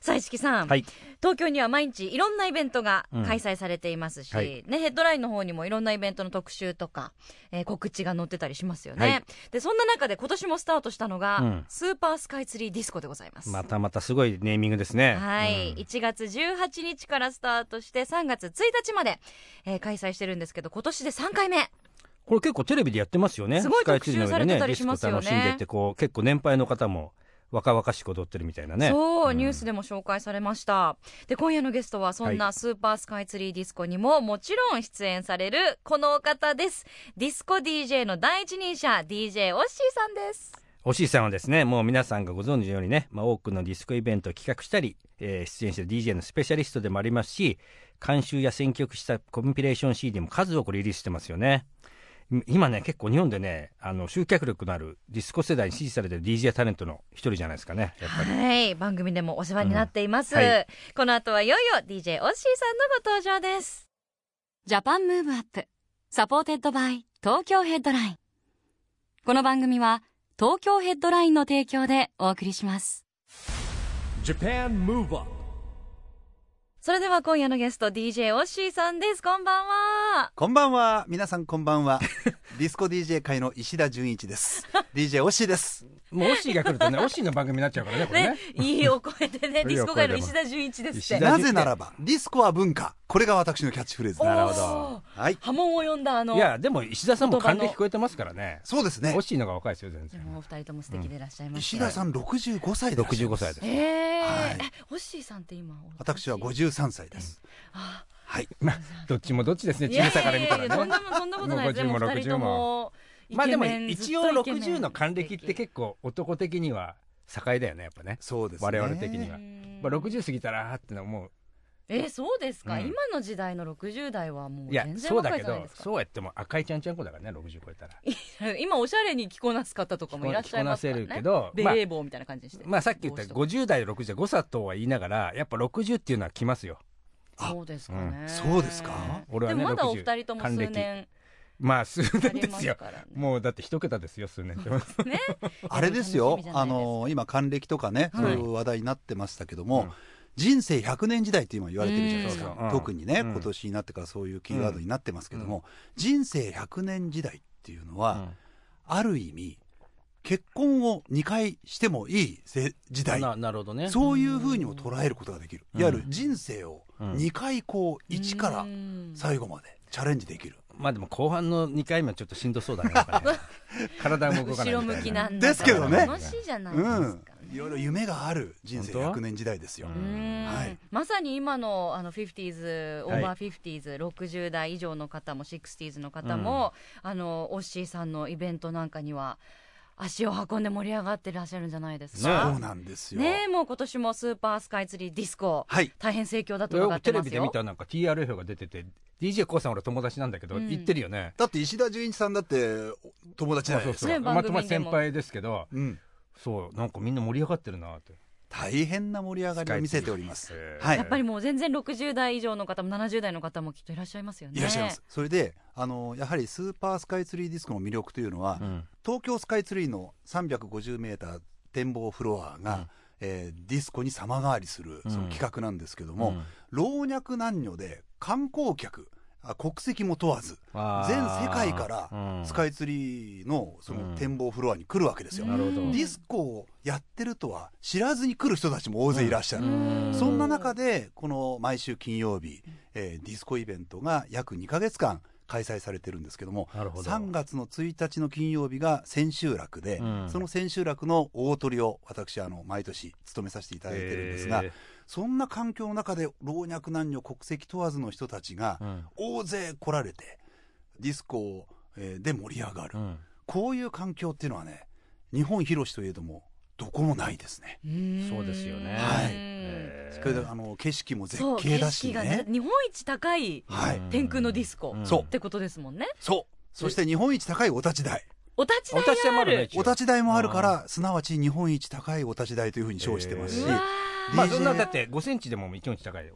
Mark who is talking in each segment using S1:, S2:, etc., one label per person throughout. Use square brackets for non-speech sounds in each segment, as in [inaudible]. S1: さあ、市木さん、
S2: はい
S1: 東京には毎日いろんなイベントが開催されていますし、
S2: うんはい
S1: ね、ヘッドラインの方にもいろんなイベントの特集とか、えー告知が載ってたりしますよね、
S2: はい
S1: で、そんな中で今年もスタートしたのが、
S2: うん
S1: スーパースカイツリーディスコでございます。
S2: またまたすごいネーミングですね
S1: はい、1月18日からスタートして3月1日まで、えー開催してるんですけど今年で3回目
S2: これ結構テレビでやってますよね
S1: すごい
S2: スカイツリーの上でね
S1: 特集されてたりしますよね
S2: ディスコ楽しんでてこう結構年配の方も若々しく踊ってるみたいなね
S1: そう、
S2: ん
S1: ニュースでも紹介されましたで今夜のゲストはそん
S2: は
S1: なスーパースカイツリーディスコにももちろん出演されるこのお方ですディスコ DJ の第一人者 DJ オッシーさんです
S2: おしいさんはですねもう皆さんがご存知のようにね、まあ、多くのディスコイベントを企画したり、えー出演してる DJ のスペシャリストでもありますし監修や選曲したコンピレーション CD も数多くリリースしてますよねい今ね結構日本でねあの集客力のあるディスコ世代に支持されてる DJ タレントの一人じゃないですかねやっぱり
S1: はい番組でもお世話になっています、
S2: うんは
S1: この後はいよいよ DJ オッシーさんのご登場です
S3: ジャパンムーブアップサポーテッドバイ東京ヘッドラインこの番組は東京ヘッドラインの提供でお送りします
S4: JAPAN MOVE UP
S1: それでは今夜のゲスト DJ オッシーさんですこんばんは
S5: こんばんは。皆さんこんばんは。 [laughs] ディスコ DJ 界の石田純一です。DJ
S2: [laughs]
S5: 推しです。
S2: もうおしいが来るとね [laughs] おしいの番組になっちゃうからねこれね
S1: ね、いいお声
S2: [laughs]
S1: でね、ディスコ界の石田純一ですっ
S2: 石
S1: て。
S2: 田
S5: なぜならば、ディスコは文化。これが私のキャッチフレーズです。
S1: なるほど
S5: はい。
S1: 波紋を呼んだあの。
S2: いやでも石田さんも
S1: 言葉
S2: 還
S1: の
S2: 暦聞こえてますからね
S5: そうですね
S2: お。しいのが若いですよ全
S1: でも
S2: 然
S1: お二人とも素敵でいらっしゃいます、
S5: 石田さん65歳です。
S2: 65歳です
S1: へえ、
S5: はい
S1: えホッシーさんって今お
S5: 私は53歳です。はい。
S2: まあ [laughs] どっちもどっちですね
S1: い
S2: 小
S1: やいや
S2: さ
S1: い
S2: か
S1: や
S2: ら見たらね
S1: そんなもんそんなことないですで
S2: もう
S1: も
S2: 50も
S1: 二人とも
S2: まあでも
S1: イケメン
S2: 一応
S1: ずっとイケメン
S2: 60の還暦って結構男的には境だよねやっぱね、
S5: そうですね。
S2: 我々的に
S1: う
S2: は、
S1: ん
S2: まあ、60過ぎたらあーってのは思う
S1: えそうですか、
S2: うん
S1: 今の時代の60代はもう
S2: いや
S1: 全然
S2: そうだ
S1: 若い
S2: け
S1: じゃない
S2: ど
S1: ですか
S2: そうやっても赤いちゃんちゃん子だからね60超えたら
S1: [laughs] 今おしゃれに着こなす方とかもいらっしゃいますからね
S2: 着こなせるけど
S1: ベ
S2: まあ
S1: レー帽みたいな感じにして、
S2: まあさっき言った
S1: 帽子とか
S2: 50代60代誤差とは言いながらやっぱ60っていうのは来ますよ
S5: あ
S1: そうですかね、
S5: うんそうですか
S2: 俺はね
S1: でもまだお
S2: 60
S1: 二人とも数年
S2: まあ数
S1: あ
S2: 年
S1: り
S2: で
S1: ますす
S2: よ
S1: からね
S2: もうだって一桁ですよ数年って
S1: ね
S5: [laughs] あれで
S1: 楽し
S5: す
S1: み
S5: よ
S1: じゃ。ないですか
S5: あのー今、還暦とかね、
S1: はい
S5: そういう話題になってましたけど
S2: う
S5: も、
S2: ん
S5: 人生100年時代って今言われてるじゃないですか。
S2: うんうん
S5: 特にね、
S2: うん
S5: 今年になってからそういうキーワードになってますけども、人生100年時代っていうのは、ある意味、結婚を2回してもいいせ時代。
S2: な [laughs] なるほどね
S5: そういうふうにも捉えることができる。
S2: うん
S5: いわゆる人生を
S2: うん
S5: 2回こう、1から
S1: うん
S5: 最後までチャレンジできる。
S2: まあでも後半の2回目はちょっとしんどそう
S1: [laughs]
S2: だねやっぱね体も動かない
S1: 後ろ
S2: み
S1: 向
S2: たい
S1: きな
S2: なん
S1: だ
S5: ですけどね
S1: 楽しいじゃないで
S5: う
S1: すか、ね
S5: ん。いろいろ夢がある人生
S2: 本当
S5: 100年時代ですよ。
S2: う
S1: うーん
S5: はい
S1: まさに今のあの 50s オ
S2: はい
S1: ーバー 50s、60代以上の方も 60s の方も、あのオッシーさんのイベントなんかには足を運んで盛り上がってらっしゃるんじゃないです
S2: ね
S1: か
S5: そうなんですよ。
S1: ねえもう今年もスーパースカイツリーディスコ、
S5: はい。
S1: 大変盛況だと伺
S2: 俺
S1: って
S2: テレ
S1: ます
S2: ビで
S1: よ
S2: 見たなんか TRF が出てて d j k o さん俺友達なんだけど、
S1: うん
S2: 言ってるよね
S5: だって石田純一さんだって友達じゃないですか。
S1: ね
S2: まあ
S1: 番組でも
S2: まあ先輩ですけど
S5: うん。
S2: そうなんかみんな盛り上がってるなって
S5: 大変な盛り上がりを見せております
S2: スカイツリー。
S5: はい。
S1: やっぱりもう全然60代以上の方も70代の方もきっといらっしゃいますよね
S5: いらっしゃいます。それで、あの、やはりスーパースカイツリーディスコの魅力というのは、
S2: うん
S5: 東京スカイツリーの350メーター展望フロアが、
S2: うん
S5: えーディスコに様変わりする
S2: うん
S5: その企画なんですけど
S2: う
S5: も
S2: ん、
S5: 老若男女で観光客、あ国籍も問わず、
S2: あ
S5: 全
S2: ー
S5: 世界からスカ
S2: イ
S5: イツリーのそ
S2: うん
S5: の展望フロアに来るわけですよ。
S2: なるほど
S1: うん
S5: ディスコをやってるとは知らずに来る人たちも大勢いらっしゃる、
S1: うん
S5: そんな中でこの毎週金曜日、えーディスコイベントが約2ヶ月間開催されてるんですけども
S2: なるほど
S5: 3月の1日の金曜日が千秋楽で、
S2: うん
S5: その千秋楽の大鳥を私あの毎年務めさせていただいてるんですが、
S2: え
S5: そんな環境の中で老若男女国籍問わずの人たちが
S2: ーうん
S5: 大勢来られてディスコを、えーで盛り上が
S2: う。
S5: る
S2: ん
S5: こういう環境っていうのはね、日本広しといえども、どこもないですね。
S1: ん
S2: そうですよね。
S5: はい
S2: えー
S5: それであの景色も絶
S1: そう
S5: 景
S1: 景
S5: だし
S1: 色がね
S5: ね。
S1: 日本一高い
S5: はい。
S2: うん
S1: 天空のディスコ
S2: うん
S5: そう
S1: ってことですもんね
S5: そう。そして日本一高いお立ち台。
S1: お立ち
S2: お立ち
S1: 台
S2: 台
S1: が
S2: も
S1: あ
S2: あるね
S1: る
S2: 一応
S5: お立ち台もあるから、すなわち日本一高いお立ち台というふうに称してますし、
S2: え
S1: うわー
S2: まあ
S5: DJ
S2: そんなだって5センチでも1センチ高いよ。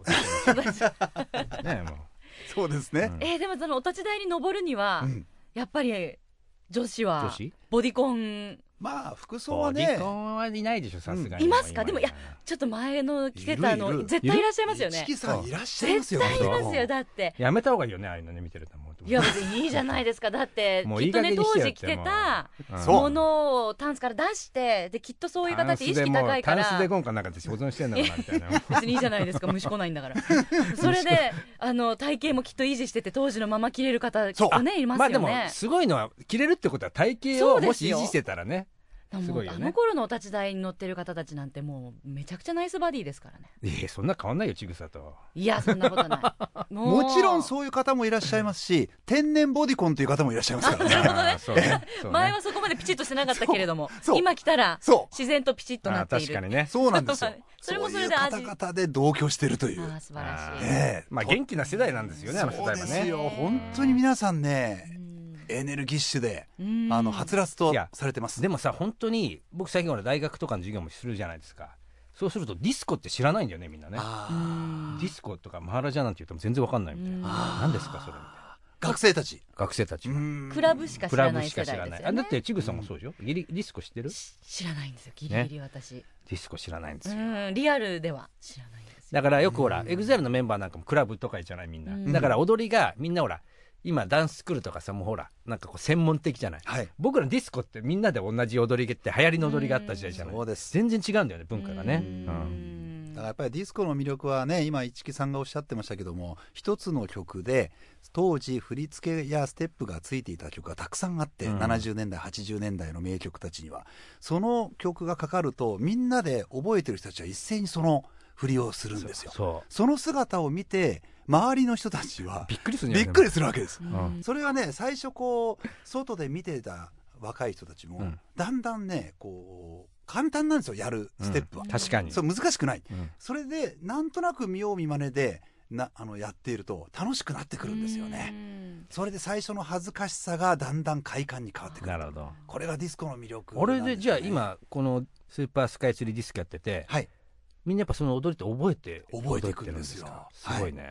S1: [laughs]
S2: ねも
S5: そうですね。
S1: えーでもそのお立ち台に登るには
S5: うん
S1: やっぱり女子
S2: う女
S1: は
S2: 子
S1: ボディコン
S5: まあ、服装は
S2: ボデ
S5: ね
S2: ィコ、ンはいないでしょさすがに。
S1: いますか
S2: 今
S1: でもいやちょっと前の着てたあ
S5: いるい
S1: の
S5: る
S1: 絶対いらっしゃいますよね
S5: 一木さんいらっしゃいます
S1: 絶
S5: よ。
S1: 対いま
S5: 本
S1: す
S5: 当
S1: よだって
S2: やめた方がいいよねああいうのね見てると思う。
S1: いや別にいいじゃないですかだって
S2: もうい
S1: きっ
S2: い
S1: と
S2: 加
S1: ね
S2: 減にし
S1: 当
S2: てよ
S1: 時着てた
S2: うん
S5: そう
S1: ものをタンスから出してできっとそういう方って意識高いか
S2: タンス
S1: ら
S2: デゴンかなんかで保存してんのかなみたいな。
S1: 別にいいじゃないですか虫来ないんだから
S2: [laughs]
S1: それであの体型もきっと維持してて当時のまま着れる方きっとねいま
S2: まあ
S1: す
S2: で
S1: よ
S2: も
S1: ね
S2: すごいのは着れるってことは体型
S1: そう
S2: を
S1: ですよ
S2: もし維持してたらね。
S1: でも
S2: すごいよ
S1: あ
S2: ね
S1: の頃のお立ち台に乗ってる方たちなんてもうめちゃくちゃナイスバディですからね
S2: ええそんな変わんないよちぐさと。
S1: いやそんなことな
S2: [laughs]
S1: いも
S5: もちろん
S1: う
S5: そういう方もいらっしゃいますし、天然ボディコンという方もいらっしゃいますからね。
S2: あーそうね。そうね
S1: 前はそこまでピチッとしてなかったけれども
S5: そうそう
S1: 今来たら
S5: そ
S1: 自然とピチッとな
S2: あー
S1: っている。
S2: 確かにね。
S5: そうなんですよ
S1: [laughs] それもそれで
S5: ういう
S1: 味
S5: 方々で同居してるとい
S1: あ
S5: う
S1: ー。素晴らしい、
S5: ねえ
S2: まあ元気な世代なんですよねあの世
S5: そう
S2: 代
S5: で
S2: は
S5: す
S2: ね。
S5: よ。本当に皆さんね、
S1: う
S5: エネルギッシュで、
S1: ん
S5: あの、はつらつと
S2: いや
S5: されてます。
S2: でもさ本当に僕最近ほら大学とかの授業もするじゃないですかそうするとディスコって知らないんだよねみんなね
S5: あ
S2: ディスコとかマハラジャなんて言っても全然わかんないみたいな何ですかそれみたいな
S5: ー学生たち。
S2: 学生たち
S5: う
S2: は
S5: ん
S1: クラブしか知
S2: ク
S1: ら
S2: ラ
S1: な
S2: ブ
S1: い
S2: し
S1: 世
S2: か知
S1: 代
S2: ら
S1: で
S2: な
S1: す
S2: い
S1: よ
S2: あだ
S1: ね
S2: ってちぐさんもそうでしょギリディスコ知ってるデ
S1: 知らないんですよギリギリ私、
S2: ィスコ知らないんです
S1: う
S2: よ
S1: んリアルでは知らないんですよ
S2: だからよくほらエグザイルのメンバーなんかもクラブとかじゃないみんな
S1: うん
S2: だから踊りがみんなほら今ダンススクールとかさもうほらなんかこう専門的じゃない
S5: はい。
S2: 僕らディスコってみんなで同じ踊りって流行りの踊りがあった時代じゃない
S5: そうです。
S2: 全然違うんだよね文化がね
S1: うん
S2: うん
S5: だからやっぱりディスコの魅力はね今市木さんがおっしゃってましたけども一つの曲で当時振り付けやステップがついていた曲がたくさんあって、
S2: うん
S5: 70年代80年代の名曲たちにはその曲がかかるとみんなで覚えてる人たちは一斉にその振りをするんですよ。そ
S2: そう
S5: の姿を見て周りの人たちは
S2: びっくりするんじ
S5: び
S2: ゃな
S5: っ
S2: い
S5: くりするわけです。
S2: うん
S5: それはね最初こう外で見てた若い人たちも、
S2: うん
S5: だんだんねこう簡単なんですよやるステップは。
S2: うん確かに
S5: そう難しくない。
S2: うん
S5: それでなんとなく見よう見まねでなあのやっていると楽しくなってくるんですよね。それで最初の恥ずかしさがだんだん快感に変わってく
S2: な
S5: る。
S2: るほど
S5: これがディスコの魅力
S2: あれ
S5: なん
S2: ですじゃあ
S5: よね
S2: 今このスーパースカイツリーディスクやってて、
S5: はい
S2: みんなやっぱその踊りって覚えて
S5: 覚えていくん
S2: 踊って
S5: ですよ
S2: るんですかすごいね、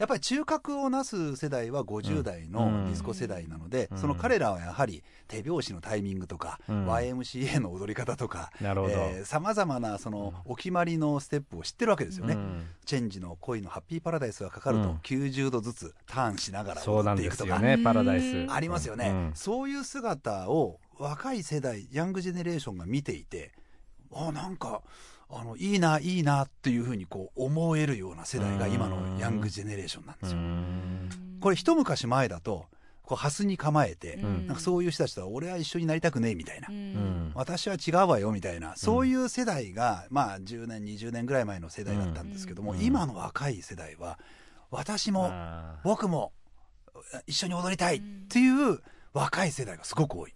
S5: やっぱり中核をなす世代は50代
S2: うん
S5: のディスコ世代なので、
S2: うん
S5: その彼らはやはり手拍子のタイミングとか、
S2: うん
S5: YMCA の踊り方とか
S2: なるほど
S5: さまざまなそのお決まりのステップを知ってるわけですよね、
S2: うん
S5: チェンジの恋のハッピーパラダイスがかかる
S2: う
S5: と
S2: ん
S5: 90度ずつターンしながら
S2: そう
S5: 踊
S2: な
S5: っ
S2: ん
S5: てい
S2: で
S5: く
S2: す
S5: と
S2: よ
S5: か、
S2: ね
S1: うん
S2: パラダイス
S5: ありますよね、
S2: うん
S5: そういう姿を若い世代ヤングジェネレーションが見ていてあなんかあのいいないいなっていうふうにこう思えるような世代が今のヤングジェネレーションなんですよ。
S2: うん
S5: これ一昔前だとこうハスに構えて、
S2: ん
S5: なんかそういう人たちとは俺は一緒になりたくねえみたいな、
S2: うん
S5: 私は違うわよみたいなそういう世代が、まあ10年20年ぐらい前の世代だったんですけども、
S2: うん
S5: 今の若い世代は私も
S2: あー
S5: 僕も一緒に踊りたいっていう若い世代がすごく多い。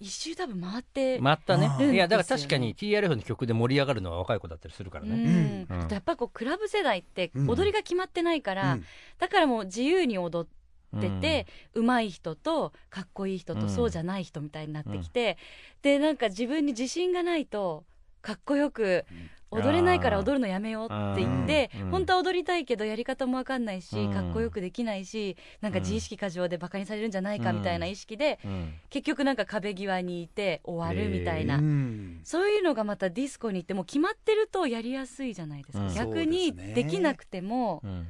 S1: 一周多分回って、
S2: またね
S5: あー
S2: いやだから確かに TRF の曲で盛り上がるのは若い子だったりするから
S1: う
S2: ね、
S1: ん
S2: うん
S1: あとやっぱりこうクラブ世代って
S5: うん
S1: 踊りが決まってないから、
S5: うん
S1: だからもう自由に踊って
S2: うん
S1: て、上手い人とかっこいい人
S2: う
S1: と
S2: ん
S1: そうじゃない人みたいになってきて、でなんか自分に自信がないとかっこよく
S2: うん
S1: 踊れないから踊るのやめようって言って、
S2: うん
S1: 本当は踊りたいけどやり方もわかんないし、
S2: うん
S1: かっこよくできないしなんか自意識過剰でバカにされるんじゃないかみたいな意識で、
S2: うん
S1: 結局なんか壁際にいて終わるみたいな。
S5: うん
S1: そういうのがまたディスコに行ってもう決まってるとやりやすいじゃないですか、
S2: うん
S1: 逆に
S5: そうですね
S1: できなくても
S2: うん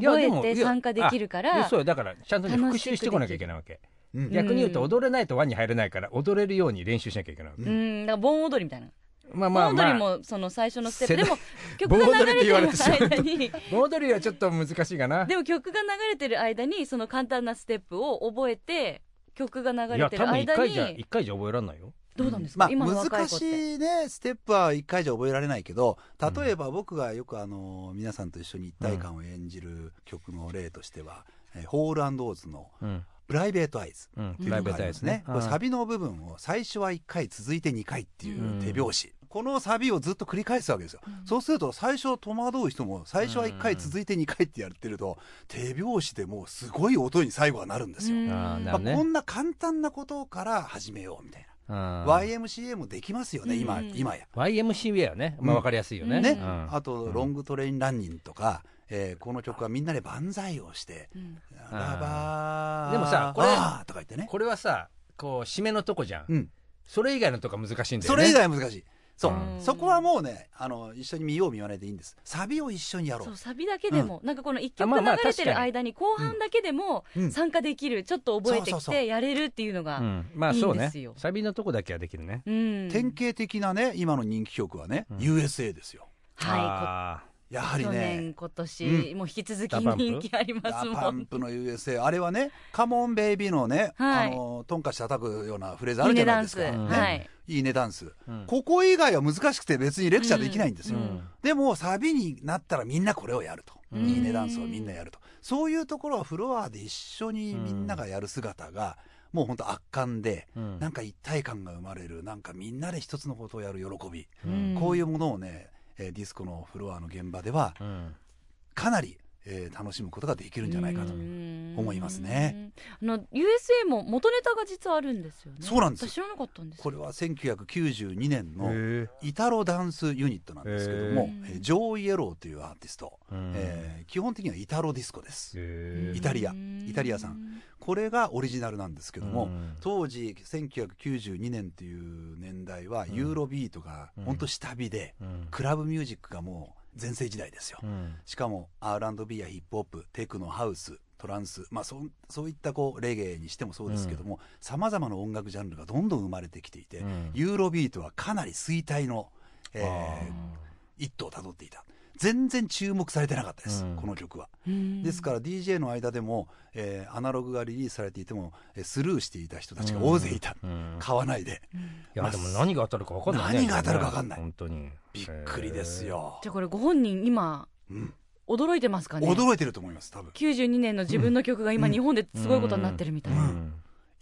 S2: いや
S1: 覚
S2: で
S1: え
S2: も
S1: て
S2: いや
S1: 参加できるか
S2: いや
S1: ら
S2: そうよだからちゃんとね復習してこなきゃいけないわけ
S5: うん
S2: 逆に言うと踊れないと輪に入れないから踊れるように練習しなきゃいけないわけ、
S1: うんなんか盆踊りみたいな、
S2: まあまあまあ
S1: 盆踊りもその最初のステップ
S2: 世
S1: でも
S2: 代
S1: 曲が
S2: 盆踊り
S1: 流れてる
S2: って言われてしまう
S1: 間
S2: と
S1: に
S2: 盆踊りはちょっと難しいかな
S1: でも曲が流れてる間にその簡単なステップを覚えて曲が流
S2: い
S1: れ
S2: や
S1: て
S2: 多
S1: る
S2: 分一
S1: 間
S2: 回じゃ
S1: に
S2: 一回じゃ覚えらんないよ
S1: どうなんです
S5: ま
S1: か、
S5: あ、
S1: 今の若い
S5: 難
S1: 子っ。
S5: していねステップは1回じゃ覚えられないけど例えば僕がよくあの皆さんと一緒に一体感を演じる曲の例としては、えーホールオーズの
S2: うん
S5: 「プライベートアイズ」
S2: うん
S5: っていうのがありますね。これサビの部分を最初は1回続いて2回っていう手拍子、このサビをずっと繰り返すわけですよ、そうすると最初戸惑う人も最初は1回続いて2回ってやってると、手拍子でもうすごい音に最後はなるんですよ、
S2: あーな
S5: まあ、
S2: るね
S5: こんな簡単なことから始めようみたいな、
S2: うん
S5: YMCA もできますよね、今
S3: うん
S5: 今や
S2: YMCA はね、まあ、分かりやすいよね。
S5: ね、
S2: うん
S5: あと「ロングトレインランニング」とか、えーこの曲はみんなで万歳をして「ラバー」
S2: でもさこれ
S5: あーとか言ってね、
S2: これはさこう締めのとこじゃん、
S5: うん、
S2: それ以外のとこは難しいんだよ
S5: そ
S2: ね
S5: れ以外は難しいそう、
S2: うん
S5: そこはもうねあの一緒に見よう見よわないでいいんですサビを一緒にやろう
S1: そうサビだけでも、なんかこの一曲
S2: あまあ
S1: 流
S2: まあ
S1: れて
S2: 確
S1: る
S2: かに
S1: 間に後半だけでも
S5: うん
S1: 参加できる、ちょっと覚えて
S5: そう
S1: き
S5: そうそう
S1: てやれるっていうのが、
S2: う
S1: うん
S2: ん、まあそう
S1: いいん
S2: ね
S1: ですよ
S2: サビのとこだけはできるね
S5: 典型的なね今の人気曲はね、USA ですよ
S1: は、
S2: あ
S5: やはいり
S1: こ去
S5: ね
S1: 年今年、
S5: う
S1: もう引き続き
S2: ダパンプ
S1: 人気あります
S5: ダ
S1: も
S5: パン
S1: ん。
S5: プの USA あれはね「カモンベイビー」のね、
S1: はい
S5: あのトンカチ叩くようなフレーズあ
S1: いい
S5: るじ
S1: ね
S5: ゃ
S1: ダ
S5: ない
S1: ン
S5: で
S1: ス、
S5: すか
S2: ん
S5: ね
S1: はい。
S5: いいねダンス、
S2: うん
S5: ここ以外は難しくて別にレクチャーできないんですよ、
S2: うんうん
S5: でもサビになったらみんなこれをやると、
S2: ん
S5: いいねダンスをみんなやるとそういうところはフロアで一緒にみんながやる姿が、もう本当圧巻で、
S2: うん
S5: なんか一体感が生まれるなんかみんなで一つのことをやる喜び、
S1: うん
S5: こういうものをね、えーディスコのフロアの現場では
S2: あ、うん
S5: かなり、えー楽しむことができるんじゃないかと、思いますね
S1: うん。あの USA も元ネタが実はあるんですよね。
S5: そうなんですよ
S1: 私知らなかったんですよ。
S5: これは1992年の、
S2: へ
S5: イタロダンスユニットなんですけども、
S1: へー
S5: えージョー・イエローというアーティスト、
S2: うん
S5: えー基本的にはイタロディスコです、
S2: え
S5: イタリア
S1: うん
S5: イタリア産これがオリジナルなんですけども、
S2: うん
S5: 当時1992年という年代はユーロビートが本当下火で、
S2: うん
S5: クラブミュージックがもう全盛時代ですよ、
S2: うん
S5: しかも R&B やヒップホップテクノハウストランス、まあ、そんそういったこうレゲエにしてもそうですけどもさまざまな音楽ジャンルがどんどん生まれてきていて、
S2: うん
S5: ユーロビートはかなり衰退の、えー一途をたどっていた全然注目されてなかったです、
S2: うん
S5: この曲は。ですから DJ の間でも、えーアナログがリリースされていてもえースルーしていた人たちが大勢いた、
S2: うん
S5: 買わないで、
S2: いやでも何が当たるか分かんないね
S5: 何が当たるか分かんない
S2: 本当に
S5: びっくりですよ
S1: じゃあこれご本人今、
S5: ん
S1: 驚いてますかね。
S5: 驚いてると思います多分
S1: 92年の自分の曲が今日本ですごいことになってるみたいな、
S2: うん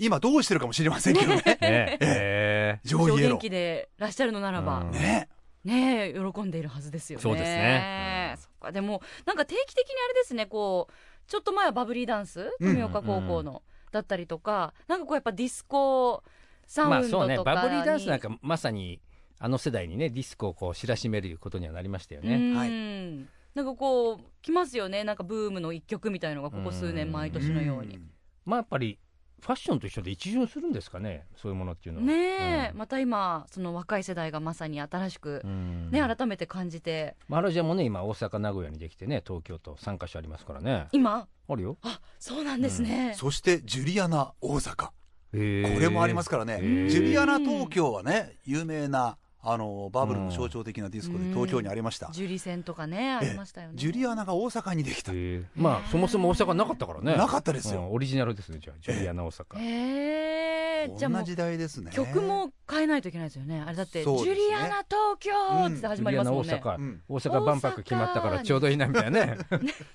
S5: 今どうしてるかもしれませんけど [laughs] ね
S2: ねえ
S5: ジョーイエ
S1: 元
S5: ロ
S1: 気
S5: ー
S1: でらっしゃるのならば、
S2: うん
S5: ね
S1: ねえ喜んでいるはずですよね
S2: そうですね
S1: そっかでもなんか定期的にあれですねこうちょっと前はバブリーダンス
S5: うん
S1: 富岡高校の、だったりとかなんかこうやっぱディスコサ
S2: まあ
S1: ウン
S2: そう
S1: ド
S2: ね
S1: とかに、
S2: バブリーダンスなんかまさにあの世代にねディスコをこう知らしめることにはなりましたよね、
S1: うん
S5: は
S1: なんかこう来ますよねなんかブームの一曲みたいのがここ数
S2: う
S1: 年
S2: ん
S1: 毎年のように
S5: ん
S2: まあやっぱりファッションと一緒で一巡するんですかねそういうものっていうのは
S1: ねえ、
S2: うん
S1: また今その若い世代がまさに新しく
S2: うん
S1: ね改めて感じて
S2: まあ、ハラジャもね今大阪名古屋にできてね東京と3カ所ありますからね
S1: 今
S2: あるよ
S1: あそうなんですね、
S5: そしてジュリアナ大阪
S2: こ
S5: これもありますからね、
S2: へえ
S5: ジュリアナ東京はね有名なあのバブルの象徴的なディスコで東京にありました、
S1: ジュリ戦とかねあ
S5: ええ
S1: りましたよね
S5: ジュリアナが大阪にできた、
S2: へえまあそもそも大阪なかったからね
S5: なかったですよ
S2: うんオリジナルですねじゃあジュリアナ大阪、
S1: へえじゃあも
S5: 同
S1: う
S5: じ時代ですね
S1: 曲も変えないといけないですよねあれだって、
S5: そう
S1: ジ
S5: ですね
S1: ュリアナ東京って始
S2: ジ
S1: ま
S2: ュ
S1: り
S2: リ
S1: ま
S2: ア
S1: す
S2: ナ
S1: もん
S2: 大
S1: ね
S2: 阪、
S5: うん
S2: 大阪万博決まったからちょうどいいなみた
S1: [laughs]
S2: いなね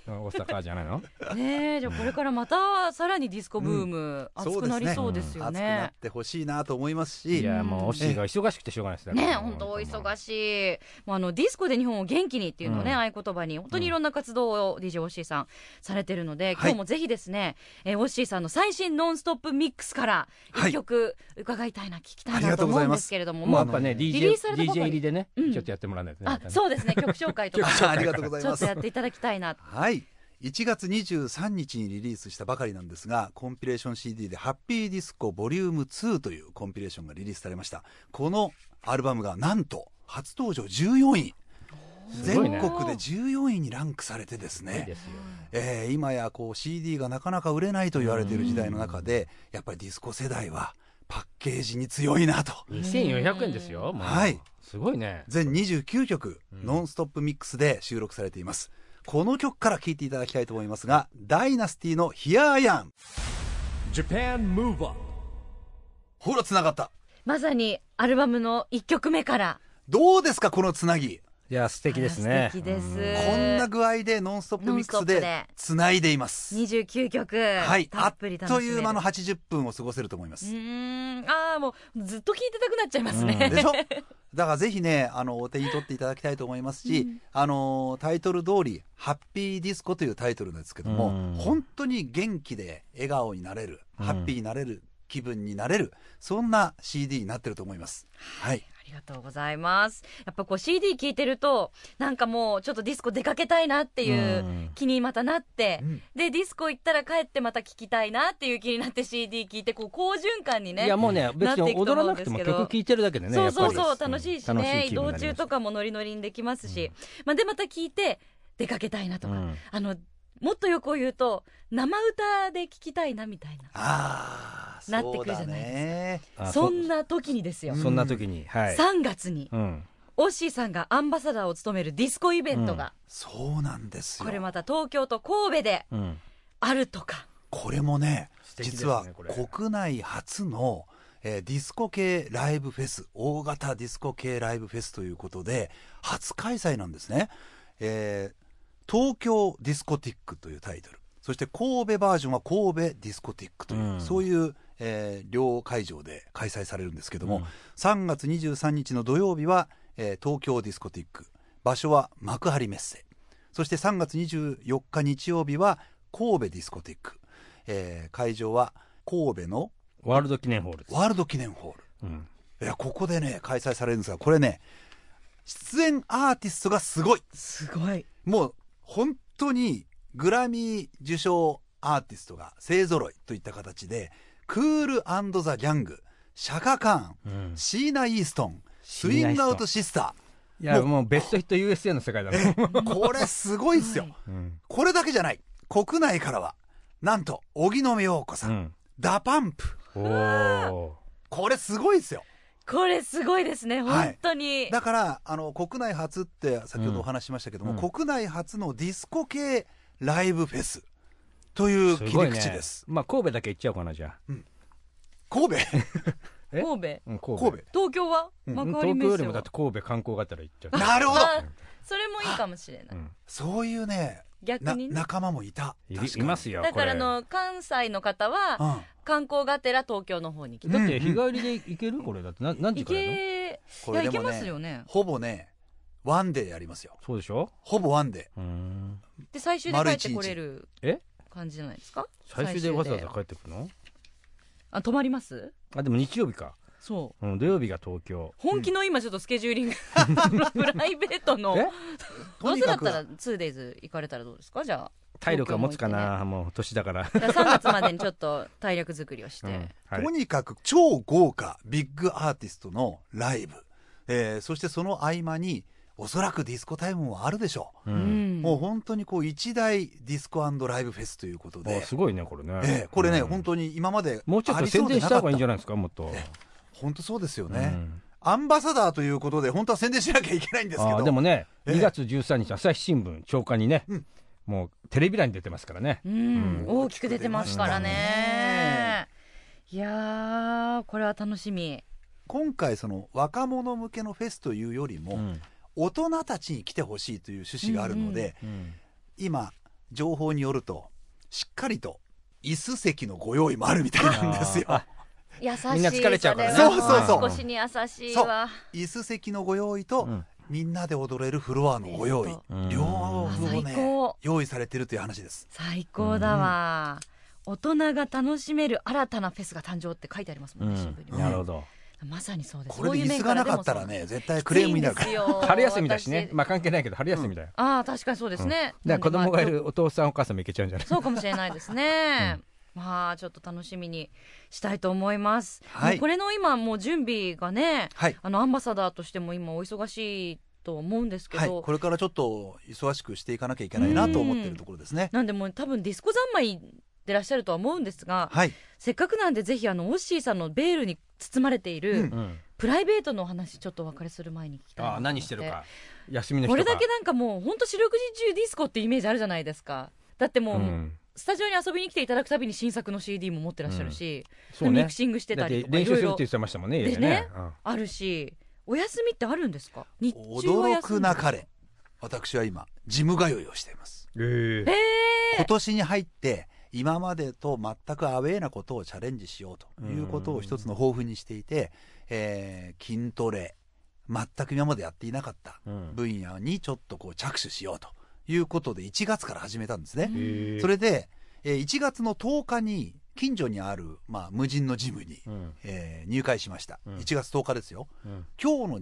S2: うん大阪じゃないの
S1: ねえじゃあこれからまたさらにディスコブーム
S5: うん
S1: 熱くなりそうですよ
S5: 熱くなっ
S1: ね
S5: てほしいなと思います
S2: い
S5: し
S2: やもうオッシーが忙しくてしょうがないです
S1: ね本当お忙
S2: い
S1: しい、まあ、あのディスコで日本を元気にっていうのをね、
S2: うん
S1: 合言葉に本当にいろんな活動を DJ オッシーさんされてるので、
S5: はい
S1: 今日もぜひですね、えー、オッシーさんの最新ノンストップミックスから
S5: はい
S1: 一曲伺いたいな、聞きたい
S5: あり
S1: な
S5: が
S1: と
S5: とう
S1: 思
S5: ござ
S1: う
S5: い
S1: ん
S5: ま
S1: ですすけれども
S2: や
S5: まあ
S2: っぱね
S1: リリ
S2: DJ,
S1: ースされたば
S2: DJ
S1: かり
S2: 入りでね、
S1: うん
S2: ちょっとやってもらわないとね
S1: あ
S2: またね
S1: そうですね曲紹介とか
S5: 曲ありがとうござい
S1: ちょ
S5: ま
S1: っと
S5: す
S1: やっていただきたいな
S5: はい1月23日にリリースしたばかりなんですがコンピレーション CD で「ハッピーディスコボリューム2というコンピレーションがリリースされましたこのアルバムがなんと初登場14位
S2: す
S5: 全
S2: ごいね
S5: 国で14位にランクされてです
S2: いい
S5: ね
S2: ですよ
S5: えー今やこう CD がなかなか売れないと言われている時代の中でやっぱりディスコ世代はパッケージに強いなと
S2: 2400円ですよもう
S5: はい
S2: すごいね
S5: 全29曲ノンストップミックスで収録されています、この曲から聴いていただきたいと思いますがダイナスティの「ヒアーヤン
S4: Japan Move Up
S5: ほらつながった
S1: まさにアルバムの一曲目から
S5: どうですかこのつなぎ
S2: いや素敵ですね
S1: あら素敵です
S2: うん
S5: こんな具合でノンストップミックス
S1: ノンストッ
S5: で
S1: プで
S5: つないでいます。
S1: 29曲、
S5: はい、
S1: たっ
S5: あっと
S1: ぷり楽しめる
S5: いう間の80分を過ごせると思いま
S1: う
S5: す。
S1: ーんああもうずっと聴いてたくなっちゃいますね、
S5: でしょ [laughs] だからぜひね、あの、お手に取っていただきたいと思いますし、あの、タイトル通り、ハッピーディスコというタイトルなんですけども、
S2: うん
S5: 本当に元気で笑顔になれる、
S2: うん
S5: ハッピーになれる、気分になれる、そんな CD になってると思います。はい。
S1: ありがとうございます。やっぱこう CD 聴いてると、なんかもうちょっとディスコ出かけたいなっていう
S2: うん
S1: 気にまたなって、
S5: うん
S1: で、ディスコ行ったら帰ってまた聴きたいなっていう気になって CD 聴いて、こう好循環にね。
S2: いやもうね別に踊らなくても
S1: なっていくと思うんですけど
S2: 曲聴いてるだけでね
S1: そうそう
S2: や
S1: そう、
S2: っぱり
S1: 楽しいし
S2: うん
S1: ね
S2: 楽しい
S1: 移
S2: 気分に
S1: 動
S2: なります
S1: 中とかもノリノリにできますし、まあ、で、また聴いて出かけたいなとか、
S2: うん
S1: あの、もっとよく言うと、生歌で聴きたいなみたいな。
S5: ああ、
S1: なって
S5: そ
S1: く
S5: う
S1: るじ
S5: だ
S1: ゃないですか
S5: ね。
S2: あ
S1: そんな時にですよ。
S2: そんな時にはい
S1: 3月に、
S2: うん
S1: オッシーさんがアンバサダーを務めるディスコイベントが、
S5: そうなんですよ。
S1: これまた東京と神戸で
S2: うん
S1: あるとか。
S5: これもね
S2: 素敵ですね
S5: 実は
S2: これ
S5: 国内初の、えーディスコ系ライブフェス大型ディスコ系ライブフェスということで初開催なんですね、えー東京ディスコティックというタイトルそして神戸バージョンは神戸ディスコティックという、
S2: うん
S5: そういう、えー両会場で開催されるんですけども、
S2: うん
S5: 3月23日の土曜日は、えー東京ディスコティック場所は幕張メッセそして3月24日日曜日は神戸ディスコティック、えー会場は神戸の
S2: ワールド記念ホールです
S5: ワールド記念ホール
S2: うん
S5: いやここでね開催されるんですがこれね出演アーティストがすごい
S1: すごい。
S5: もう本当にグラミー受賞アーティストが勢ぞろいといった形でクールザ・ギャングシャカ・カーン、
S2: うん
S5: シーナ・イーストン
S2: シ
S5: ス
S2: ーナイーストン
S5: イング・アウト・シスタ
S2: いやもうベストヒット USA の世界だね
S5: ーこれすごいっすよ
S2: うん
S5: これだけじゃない国内からはなんと荻野目洋子さん、
S2: うん
S5: ダパンプ
S2: おお
S5: これすごいですよ
S1: これすごいですね、
S5: はい
S1: 本当に。
S5: だからあの国内初って先ほどお話ししましたけども、
S2: うん
S5: 国内初のディスコ系ライブフェスという切り口です
S2: まあ神戸だけ行っちゃおうかなじゃあ
S5: 神戸
S2: え
S1: 神戸。
S2: うん
S5: 神戸
S1: 東京は
S5: うん
S1: 幕張
S2: 東
S1: メ
S2: 京よ
S1: ッセ
S2: り
S1: は
S2: もだって神戸観光があったら行っちゃう
S5: なるほど
S1: あそれもいいかもしれない。
S2: うん
S5: そういうね
S1: 逆
S5: な
S1: にね
S5: 仲間もいた
S2: い
S5: 確か
S2: い
S5: に
S2: ますよ
S1: だ
S2: こ
S1: か
S2: れ
S1: らあの、関西の方は、
S5: うん
S1: 観光がてら東京の方に来て。
S2: だって日帰りで行けるこれだってな何時
S1: 行
S2: からやるの
S1: け、い
S5: こ
S1: や、
S5: れ
S1: 行
S5: で
S1: け
S5: もね
S1: ますよね。
S5: ほぼねワンデーやりますよ
S2: そうでしょ
S5: ほぼワンデ
S2: うーん
S1: で、最終で帰ってこれる
S2: え
S1: 感じじゃないですか
S2: 最終でわざわざ帰ってくるの
S1: あ、泊まります
S2: あでも日曜日か、
S1: そう。
S2: うん、土曜日が東京
S1: 本気の今ちょっとスケジューリング、 [laughs] プライベートの
S2: え。
S5: ー
S1: ど
S5: と
S1: う
S5: に
S1: せだ
S5: か
S1: っ
S5: く
S1: たら 2days 行かれたらどうですかじゃあ。
S2: 体力が持つかなもう年だから、
S1: だから3月までにちょっと体力作りをして、
S2: うんはい
S5: とにかく超豪華ビッグアーティストのライブ、えーそしてその合間におそらくディスコタイムもあるでしょう、
S2: うん
S1: うん
S5: もう本当にこう一大ディスコライブフェスということ
S2: あ
S5: で、
S2: すごいねこれね、
S5: ええこれね、
S2: うん
S5: 本当に今まで
S2: もうちょっ
S5: あ
S2: と
S5: りそ
S2: 宣
S5: うで
S2: 伝
S5: な
S2: し
S5: か
S2: た
S5: っ
S2: 方がいいんじゃないですかもっと、
S5: 本当そうですよ
S2: う
S5: ね、
S2: ん
S5: アンバサダーということで本当は宣伝しなきゃいけないんですけ
S2: あ
S5: ど
S2: ーでもね
S5: ええ
S2: 2月13日朝日新聞朝刊にね、
S5: うん
S2: もうテレビ欄に出てますからね、
S1: うん
S5: うん
S1: 大きく出てますからね。いやー、これは楽しみ。
S5: 今回その若者向けのフェスというよりも、
S2: うん
S5: 大人たちに来てほしいという趣旨があるので、
S1: うんう
S5: 今情報によるとしっかりと椅子席のご用意もあるみたいなんですよ
S2: あーあ
S1: 優しい。
S2: みんな疲れちゃうからね
S1: それは
S5: そうそうそう
S1: も少しに優しいわ。
S5: 椅子席のご用意と、
S2: うん
S5: みんなで踊れるフロアのご用意、
S2: うん
S5: 両方を
S1: 最
S5: ね
S1: 高
S5: 用意されてるという話です
S1: 最高だわ。大人が楽しめる新たなフェスが誕生って書いてありますも
S2: うんん
S1: ね、新聞に
S2: な
S1: ね
S2: るほど
S1: まさにそうです。
S5: これで
S1: そういう
S5: 椅
S1: 面
S5: 子
S1: か
S5: が
S1: ら
S5: な
S1: で
S5: か
S1: も
S5: ったらね絶対クレームになるから
S1: ら
S2: 春休みだしねまあ関係ないけど春休みだよ、
S1: ああ、確かにそうですね。
S2: だから子供がい
S1: なんでまあ
S2: るお父さんお母さんも行けちゃうんじゃない
S1: そうかもしれないですね。まあちょっと楽しみにしたいと思います。
S5: はい
S1: もうこれの今もう準備がね、
S5: はい
S1: あのアンバサダーとしても今お忙しいと思うんですけ
S5: はい
S1: ど、
S5: これからちょっと忙しくしていかなきゃいけないなと思ってるところですね
S1: なんでもう多分ディスコ三昧でらっしゃるとは思うんですが、
S5: はい
S1: せっかくなんでぜひあのオッシーさんのベールに包まれている、
S5: うん
S2: うん
S1: プライベートのお話ちょっとお別れする前に聞きたいなと
S2: あ
S1: 思
S2: あ
S1: って
S2: 何してるか休みの日
S1: こと
S2: か
S1: れだけなんかもう本当四六時中ディスコってイメージあるじゃないですかだってもう、
S2: うん
S1: スタジオに遊びに来ていただくたびに新作の CD も持ってらっしゃるし、
S2: そうね
S1: ミクシングして
S2: だ
S1: た
S2: っ
S1: り
S2: て
S1: とか
S2: 練習するって
S1: いろい
S2: 言ってましたもんね
S1: ろ
S2: 家
S1: で
S2: で
S1: ね
S2: ねうん
S1: ろあるしお休みってあるんですか日中は
S5: 驚
S1: 休み
S5: くなかれ私は今ジム通いをしています
S2: えー
S1: え
S5: 今年に入って今までと全くアウェーなことをチャレンジしようということを一つの抱負にしていて、えー筋トレ全く今までやっていなかった
S2: うん
S5: 分野にちょっとこう着手しようということで1月から始めたんですね、
S1: うん
S2: えー
S5: それで、えー1月の10日に近所にある、まあ、無人のジムに、
S2: うん
S5: えー入会しました、
S2: うん
S5: 1月10日ですよ
S2: うん
S5: 今日の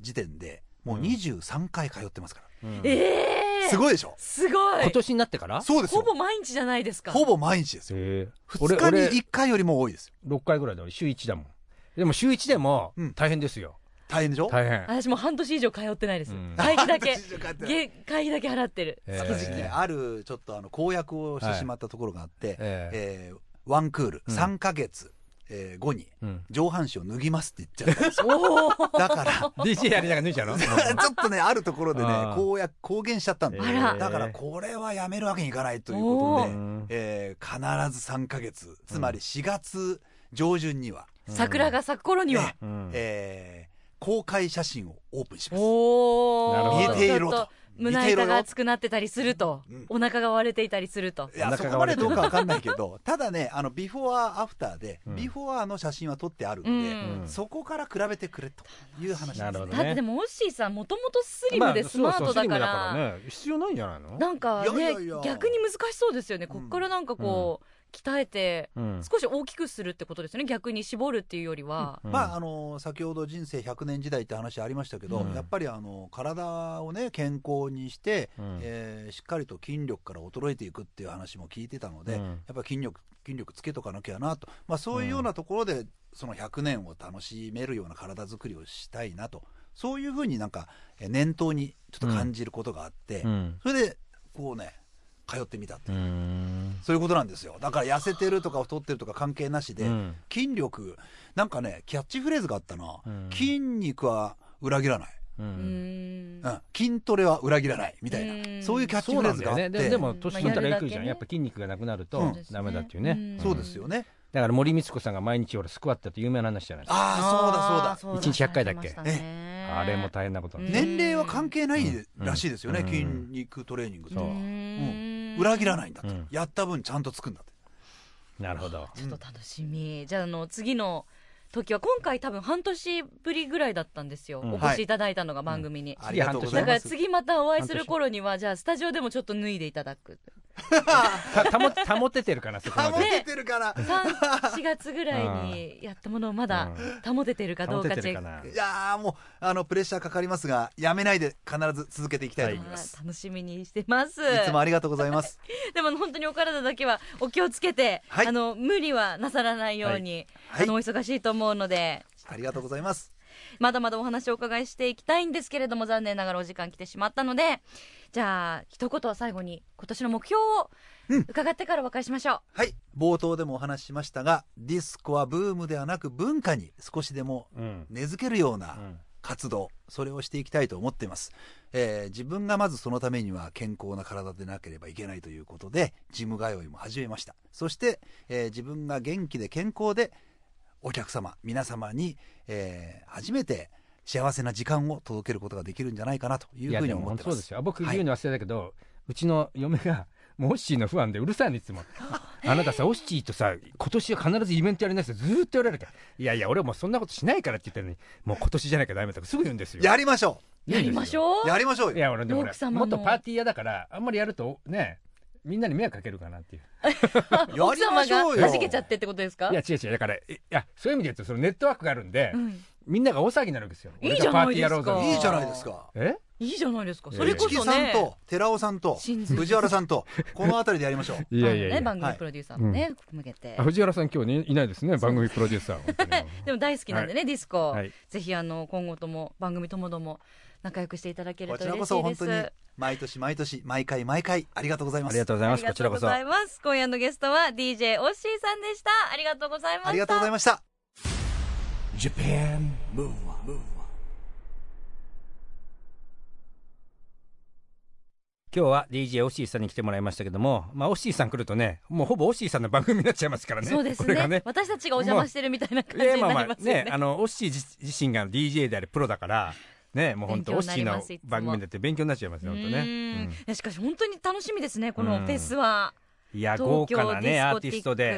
S5: 時点でもう23回通ってますから、
S2: うん
S1: ええ
S5: すごいでしょ
S1: すごい
S2: 今年になってから
S5: そうです
S1: ほ
S5: よ
S1: ぼ毎日じゃないですか
S5: ほぼ毎日ですよ
S2: えー
S5: 2日に1回よりも多いですよ
S2: 6回ぐらいで俺週1だもんでも週1でも
S5: うん
S2: 大変ですよ、
S5: 大変でしょ
S2: 大変
S1: 私もう半年以上通ってないです
S2: うん
S1: 会費だけ
S5: 私帰ってない
S1: げ会費だけ払ってる
S2: えー
S5: 一時期ねあるちょっとあの公約をしてしまったところがあって、
S2: ええ
S5: えーワンクール
S2: うん
S5: 3ヶ月、えー後に
S2: うん
S5: 上半身を脱ぎますって言っちゃったんですよ
S1: おお
S5: だから
S2: DJ やりながら抜いちゃうの
S5: [laughs] ちょっとねあるところでね
S2: あー
S5: 公約公言しちゃったんで、
S2: あら
S5: だからこれはやめるわけにいかないということ
S2: お
S5: で
S2: ー、
S5: えー必ず3ヶ月つまり4月上旬には、
S1: 桜が咲く頃には
S5: ね
S2: うん
S5: えー公開写真をオープンします。
S1: おお
S2: なるほど見
S5: ていろと
S1: ちょっ胸板が熱くなってたりすると
S5: うん
S1: お腹が割れていたりすると
S5: いや
S2: お
S5: そ
S2: 腹
S5: こ
S2: が
S5: ま
S2: 割
S5: で
S2: れて
S5: ど
S2: る
S5: うかわかんないけど [laughs] ただねあのビフォーアフターで、
S2: うん
S5: ビフォーの写真は撮ってあるんで、
S1: うん
S5: そこから比べてくれという話
S2: な
S5: で
S2: るほど
S5: すね
S2: ね
S1: だってでもオッシーさんもともとスリムでスマー
S2: まあそう
S1: トだか
S2: そうスリムだ
S1: ら
S2: からね必要ないんじゃないの
S1: なんか
S5: いやい
S1: ね
S5: やいや
S1: 逆に難しそうですよねこっからなんかこう鍛えて
S2: うん
S1: 少し大きくするってことですよね逆に絞るっていうよりは
S2: うん
S5: まああの先ほど人生100年時代って話ありましたけど、
S2: うん
S5: やっぱりあの体をね健康にして、
S2: うん
S5: えーしっかりと筋力から衰えていくっていう話も聞いてたので、
S2: うん
S5: やっぱり筋力筋力つけとかなきゃなと、まあ、そういうようなところで、その100年を楽しめるような体づくりをしたいなとそういうふうになんかえー念頭にちょっと感じることがあって、
S2: うん
S5: それでこうね通ってみたって、
S2: うん
S5: そういうことなんですよだから痩せてるとか太ってるとか関係なしで、
S2: うん
S5: 筋力なんかねキャッチフレーズがあったな、
S2: うん
S5: 筋肉は裏切らない、
S2: う
S1: うー
S2: ん
S1: ん
S5: うん、筋トレは裏切らないみたいな、
S1: うん
S5: そういうキャッチ
S2: そう
S5: フレ
S2: な
S5: ー
S2: ん
S5: ズ
S2: だ
S5: があ
S2: よ
S5: って
S2: ねででも年取ったらいくじゃ
S1: やるだけ
S2: ん
S1: ね
S2: やっぱ筋肉がなくなる
S5: う
S2: と
S5: ん
S2: ダメだっていうね、
S1: うん
S5: そうですよね、
S2: だから森光子さんが毎日俺スクワットって有名な話じゃない
S5: ああそうだそう
S1: ー
S5: だ
S2: 一日100回だっけ
S1: やってましたね
S2: あれも大変なことなんだよ
S5: 年齢は関係ないらしいですよね、
S2: うん
S5: 筋肉トレーニングって、
S2: そう
S5: うん裏切らないんだって、
S2: うん
S5: やった分ちゃんとつくんだって
S2: なるほど
S1: ちょっと楽しみ。じゃあ、あの、次の時は、今回多分半年ぶりぐらいだったんですよ。
S2: うん
S1: お越しいただいたのが番組に。
S5: ありがとうござ
S1: だ
S5: い
S1: か
S5: ま
S1: ら
S5: す
S1: 次またお会いする頃には、じゃあスタジオでもちょっと脱いでいただく。
S2: た保て保ててるかなそこま
S5: 保
S2: で
S5: ててるから、
S1: 3、4月ぐらいにやったものをまだ保ててるかど
S2: 保
S1: う
S2: て
S1: か
S2: て
S1: チェ
S2: る
S1: ッ
S2: か
S1: ク。
S2: ない
S5: やーもうあのプレッシャーかかりますがやめないで必ず続けていきたいと思い
S1: は
S5: ま
S1: い
S5: す、
S1: 楽しみにしてます。
S5: い、つもありがとうございます
S1: でも本当にお体だけはお気をつけて、
S5: はい
S1: あの、無理はなさらないように、
S5: はい
S1: あの、お忙しいと思うので、
S5: ありがとうございます
S1: まだまだお話をお伺いしていきたいんですけれども残念ながらお時間来てしまったのでじゃあ一言最後に今年の目標を伺ってからお別れしましょう、
S5: はい冒頭でもお話ししましたがディスコはブームではなく文化に少しでも
S2: うん
S5: 根付けるよう
S2: う
S5: なん活動、それをしていきたいと思っています、えー自分がまずそのためには健康な体でなければいけないということでジム通いも始めましたそして、えー自分が元気で健康でお客様皆様に、えー初めて幸せな時間を届けることができるんじゃないかなとい
S2: いうや
S5: ふうに
S2: でも
S5: 思っ
S2: 本
S5: て
S2: 当
S5: ま
S2: そうですすよ僕
S5: は
S2: 言
S5: いう
S2: の忘れたけど、うちの嫁がもうオッシーの不安でうるさいのいつもあなたさオッシーとさ今年は必ずイベントやりなさいってずーっと言われるからいやいや俺はもうそんなことしないからって言ったのにもう今年じゃなきゃダメだとかすぐ言うんですよ
S5: やりましょ
S1: やりまし
S2: う
S1: ょ
S5: う
S1: う
S5: やりましょう
S2: い
S5: よ
S2: や俺でも俺
S1: 奥様の
S2: もっとパーティー屋だからあんまりやるとねみんなに迷惑かけるかなっていう
S5: や
S1: 奥
S5: り
S1: 様
S5: ましょう
S1: が
S5: よ
S1: はじけちゃってってことですか
S2: いや違う違うだからえいやそういう意味で言うとそのネットワークがあるんで、
S1: うん
S2: みんなが大騒ぎになるわけですよ
S1: いいじゃないで
S2: 俺がパーティー
S1: すか
S2: やろうぜ
S5: いいじゃないですか
S2: え
S1: いいじゃないですか
S2: い
S1: そ
S2: やい
S1: れ
S2: や
S1: こ
S5: 木
S1: そ
S5: さん
S1: ね
S5: と寺尾さんと
S1: 真実
S5: 藤原さんとこの辺りでやりましょう
S2: いやいやいや、
S1: あのね番組プロデューサーもね、向けて
S2: あ藤原さん今日ねいないですね番組プロデューサー本 [laughs] 当に
S1: でも大好きなんでね、ディスコ、
S2: はい
S1: ぜひあの今後とも番組ともども仲良くしていただける
S5: ことちら
S1: 嬉しい
S5: こ
S1: です
S5: そ本当に毎年毎年毎回毎回ありがとうございま
S2: あ
S5: す
S2: りがとうござい
S1: あ
S2: ま
S1: り
S2: すこ
S1: が
S2: ち
S1: と
S2: ら
S1: うご
S2: こそ
S1: ざいます今夜のゲストは DJ オッシーさんでしたありがとうございま
S5: あり
S1: し
S5: がとう
S1: た
S5: ございました
S4: Japan Move Up
S2: 今日は DJ オッシーさんに来てもらいましたけども、まあ、オッシーさん来るとねもうほぼオッシーさんの番組になっちゃいますからね
S1: そうです
S2: これ
S1: ね
S2: がね
S1: 私たちがお邪魔してるみたいな感じ
S2: え
S1: に
S2: まあ
S1: なり
S2: ま
S1: ま
S2: あ
S1: すよね,、
S2: ねあのオッシー自自身が DJ であるプロだからねもう本当オ
S1: 勉強
S2: ッ
S1: にな
S2: シーの
S1: りますいつも
S2: 番組だって勉強になっちゃいますよ本当ね、
S1: うんいやしかし本当に楽しみですねこ
S2: う
S1: の
S2: ん
S1: フェスは、
S2: うんいや豪
S1: 東京
S2: 華な
S1: デ
S2: ね
S1: ィス
S2: ア
S1: コ
S2: ー
S1: テ
S2: ティ
S1: ィッ
S2: ストで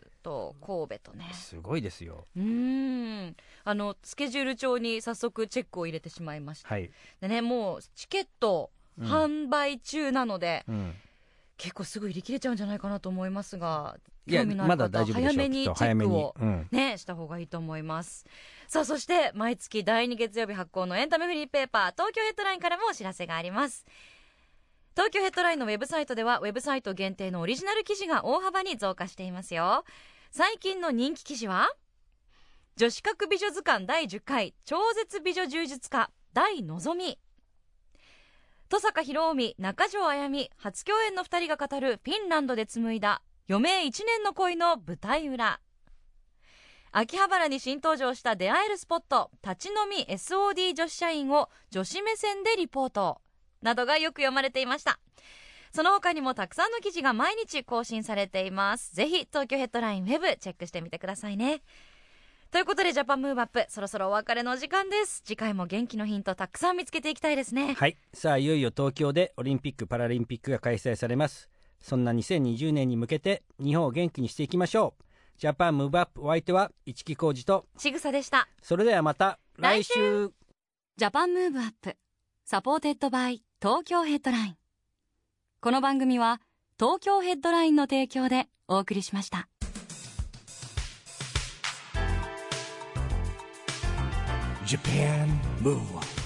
S1: クと神戸とね
S2: すごいですよ
S1: うーんあのスケジュール帳に早速チェックを入れてしまいました、
S2: はい、
S1: でねもうチケット
S2: うん
S1: 販売中なので、
S2: うん、
S1: 結構すぐ売り切れちゃうんじゃないかなと思いますが
S2: いや
S1: 興味のある
S2: まだ
S1: 方
S2: 大
S1: は
S2: 丈夫でしょう
S1: 早めに
S2: き
S1: チ
S2: っと
S1: ェ
S2: 早
S1: ッ
S2: め
S1: ク
S2: に
S1: を、
S2: うん、
S1: ね、した方がいいと思いますさあそして毎月第2月曜日発行のエンタメフリーペーパー東京ヘッドラインからもお知らせがあります東京ヘッドラインのウェブサイトではウェブサイト限定のオリジナル記事が大幅に増加していますよ最近の人気記事は女子格美女図鑑第10回超絶美女柔術家大のぞみ登坂広臣中条あやみ初共演の2人が語るフィンランドで紡いだ余命1年の恋の舞台裏秋葉原に新登場した出会えるスポット立ち飲み SOD 女子社員を女子目線でリポートなどがよく読まれていましたその他にもたくさんの記事が毎日更新されていますぜひ東京ヘッドラインウェブチェックしてみてくださいねということでジャパンムーブアップそろそろお別れのお時間です次回も元気のヒントたくさん見つけていきたいですね
S2: はいさあいよいよ東京でオリンピック・パラリンピックが開催されますそんな2020年に向けて日本を元気にしていきましょうジャパンムーブアップお相手は市木浩二と
S1: ちぐさでした
S2: それではまた
S1: 来週
S2: 来週
S3: ジャパンムーブアップサポーテッドバイ東京ヘッドラインこの番組は東京ヘッドラインの提供でお送りしました
S4: Japan Move Up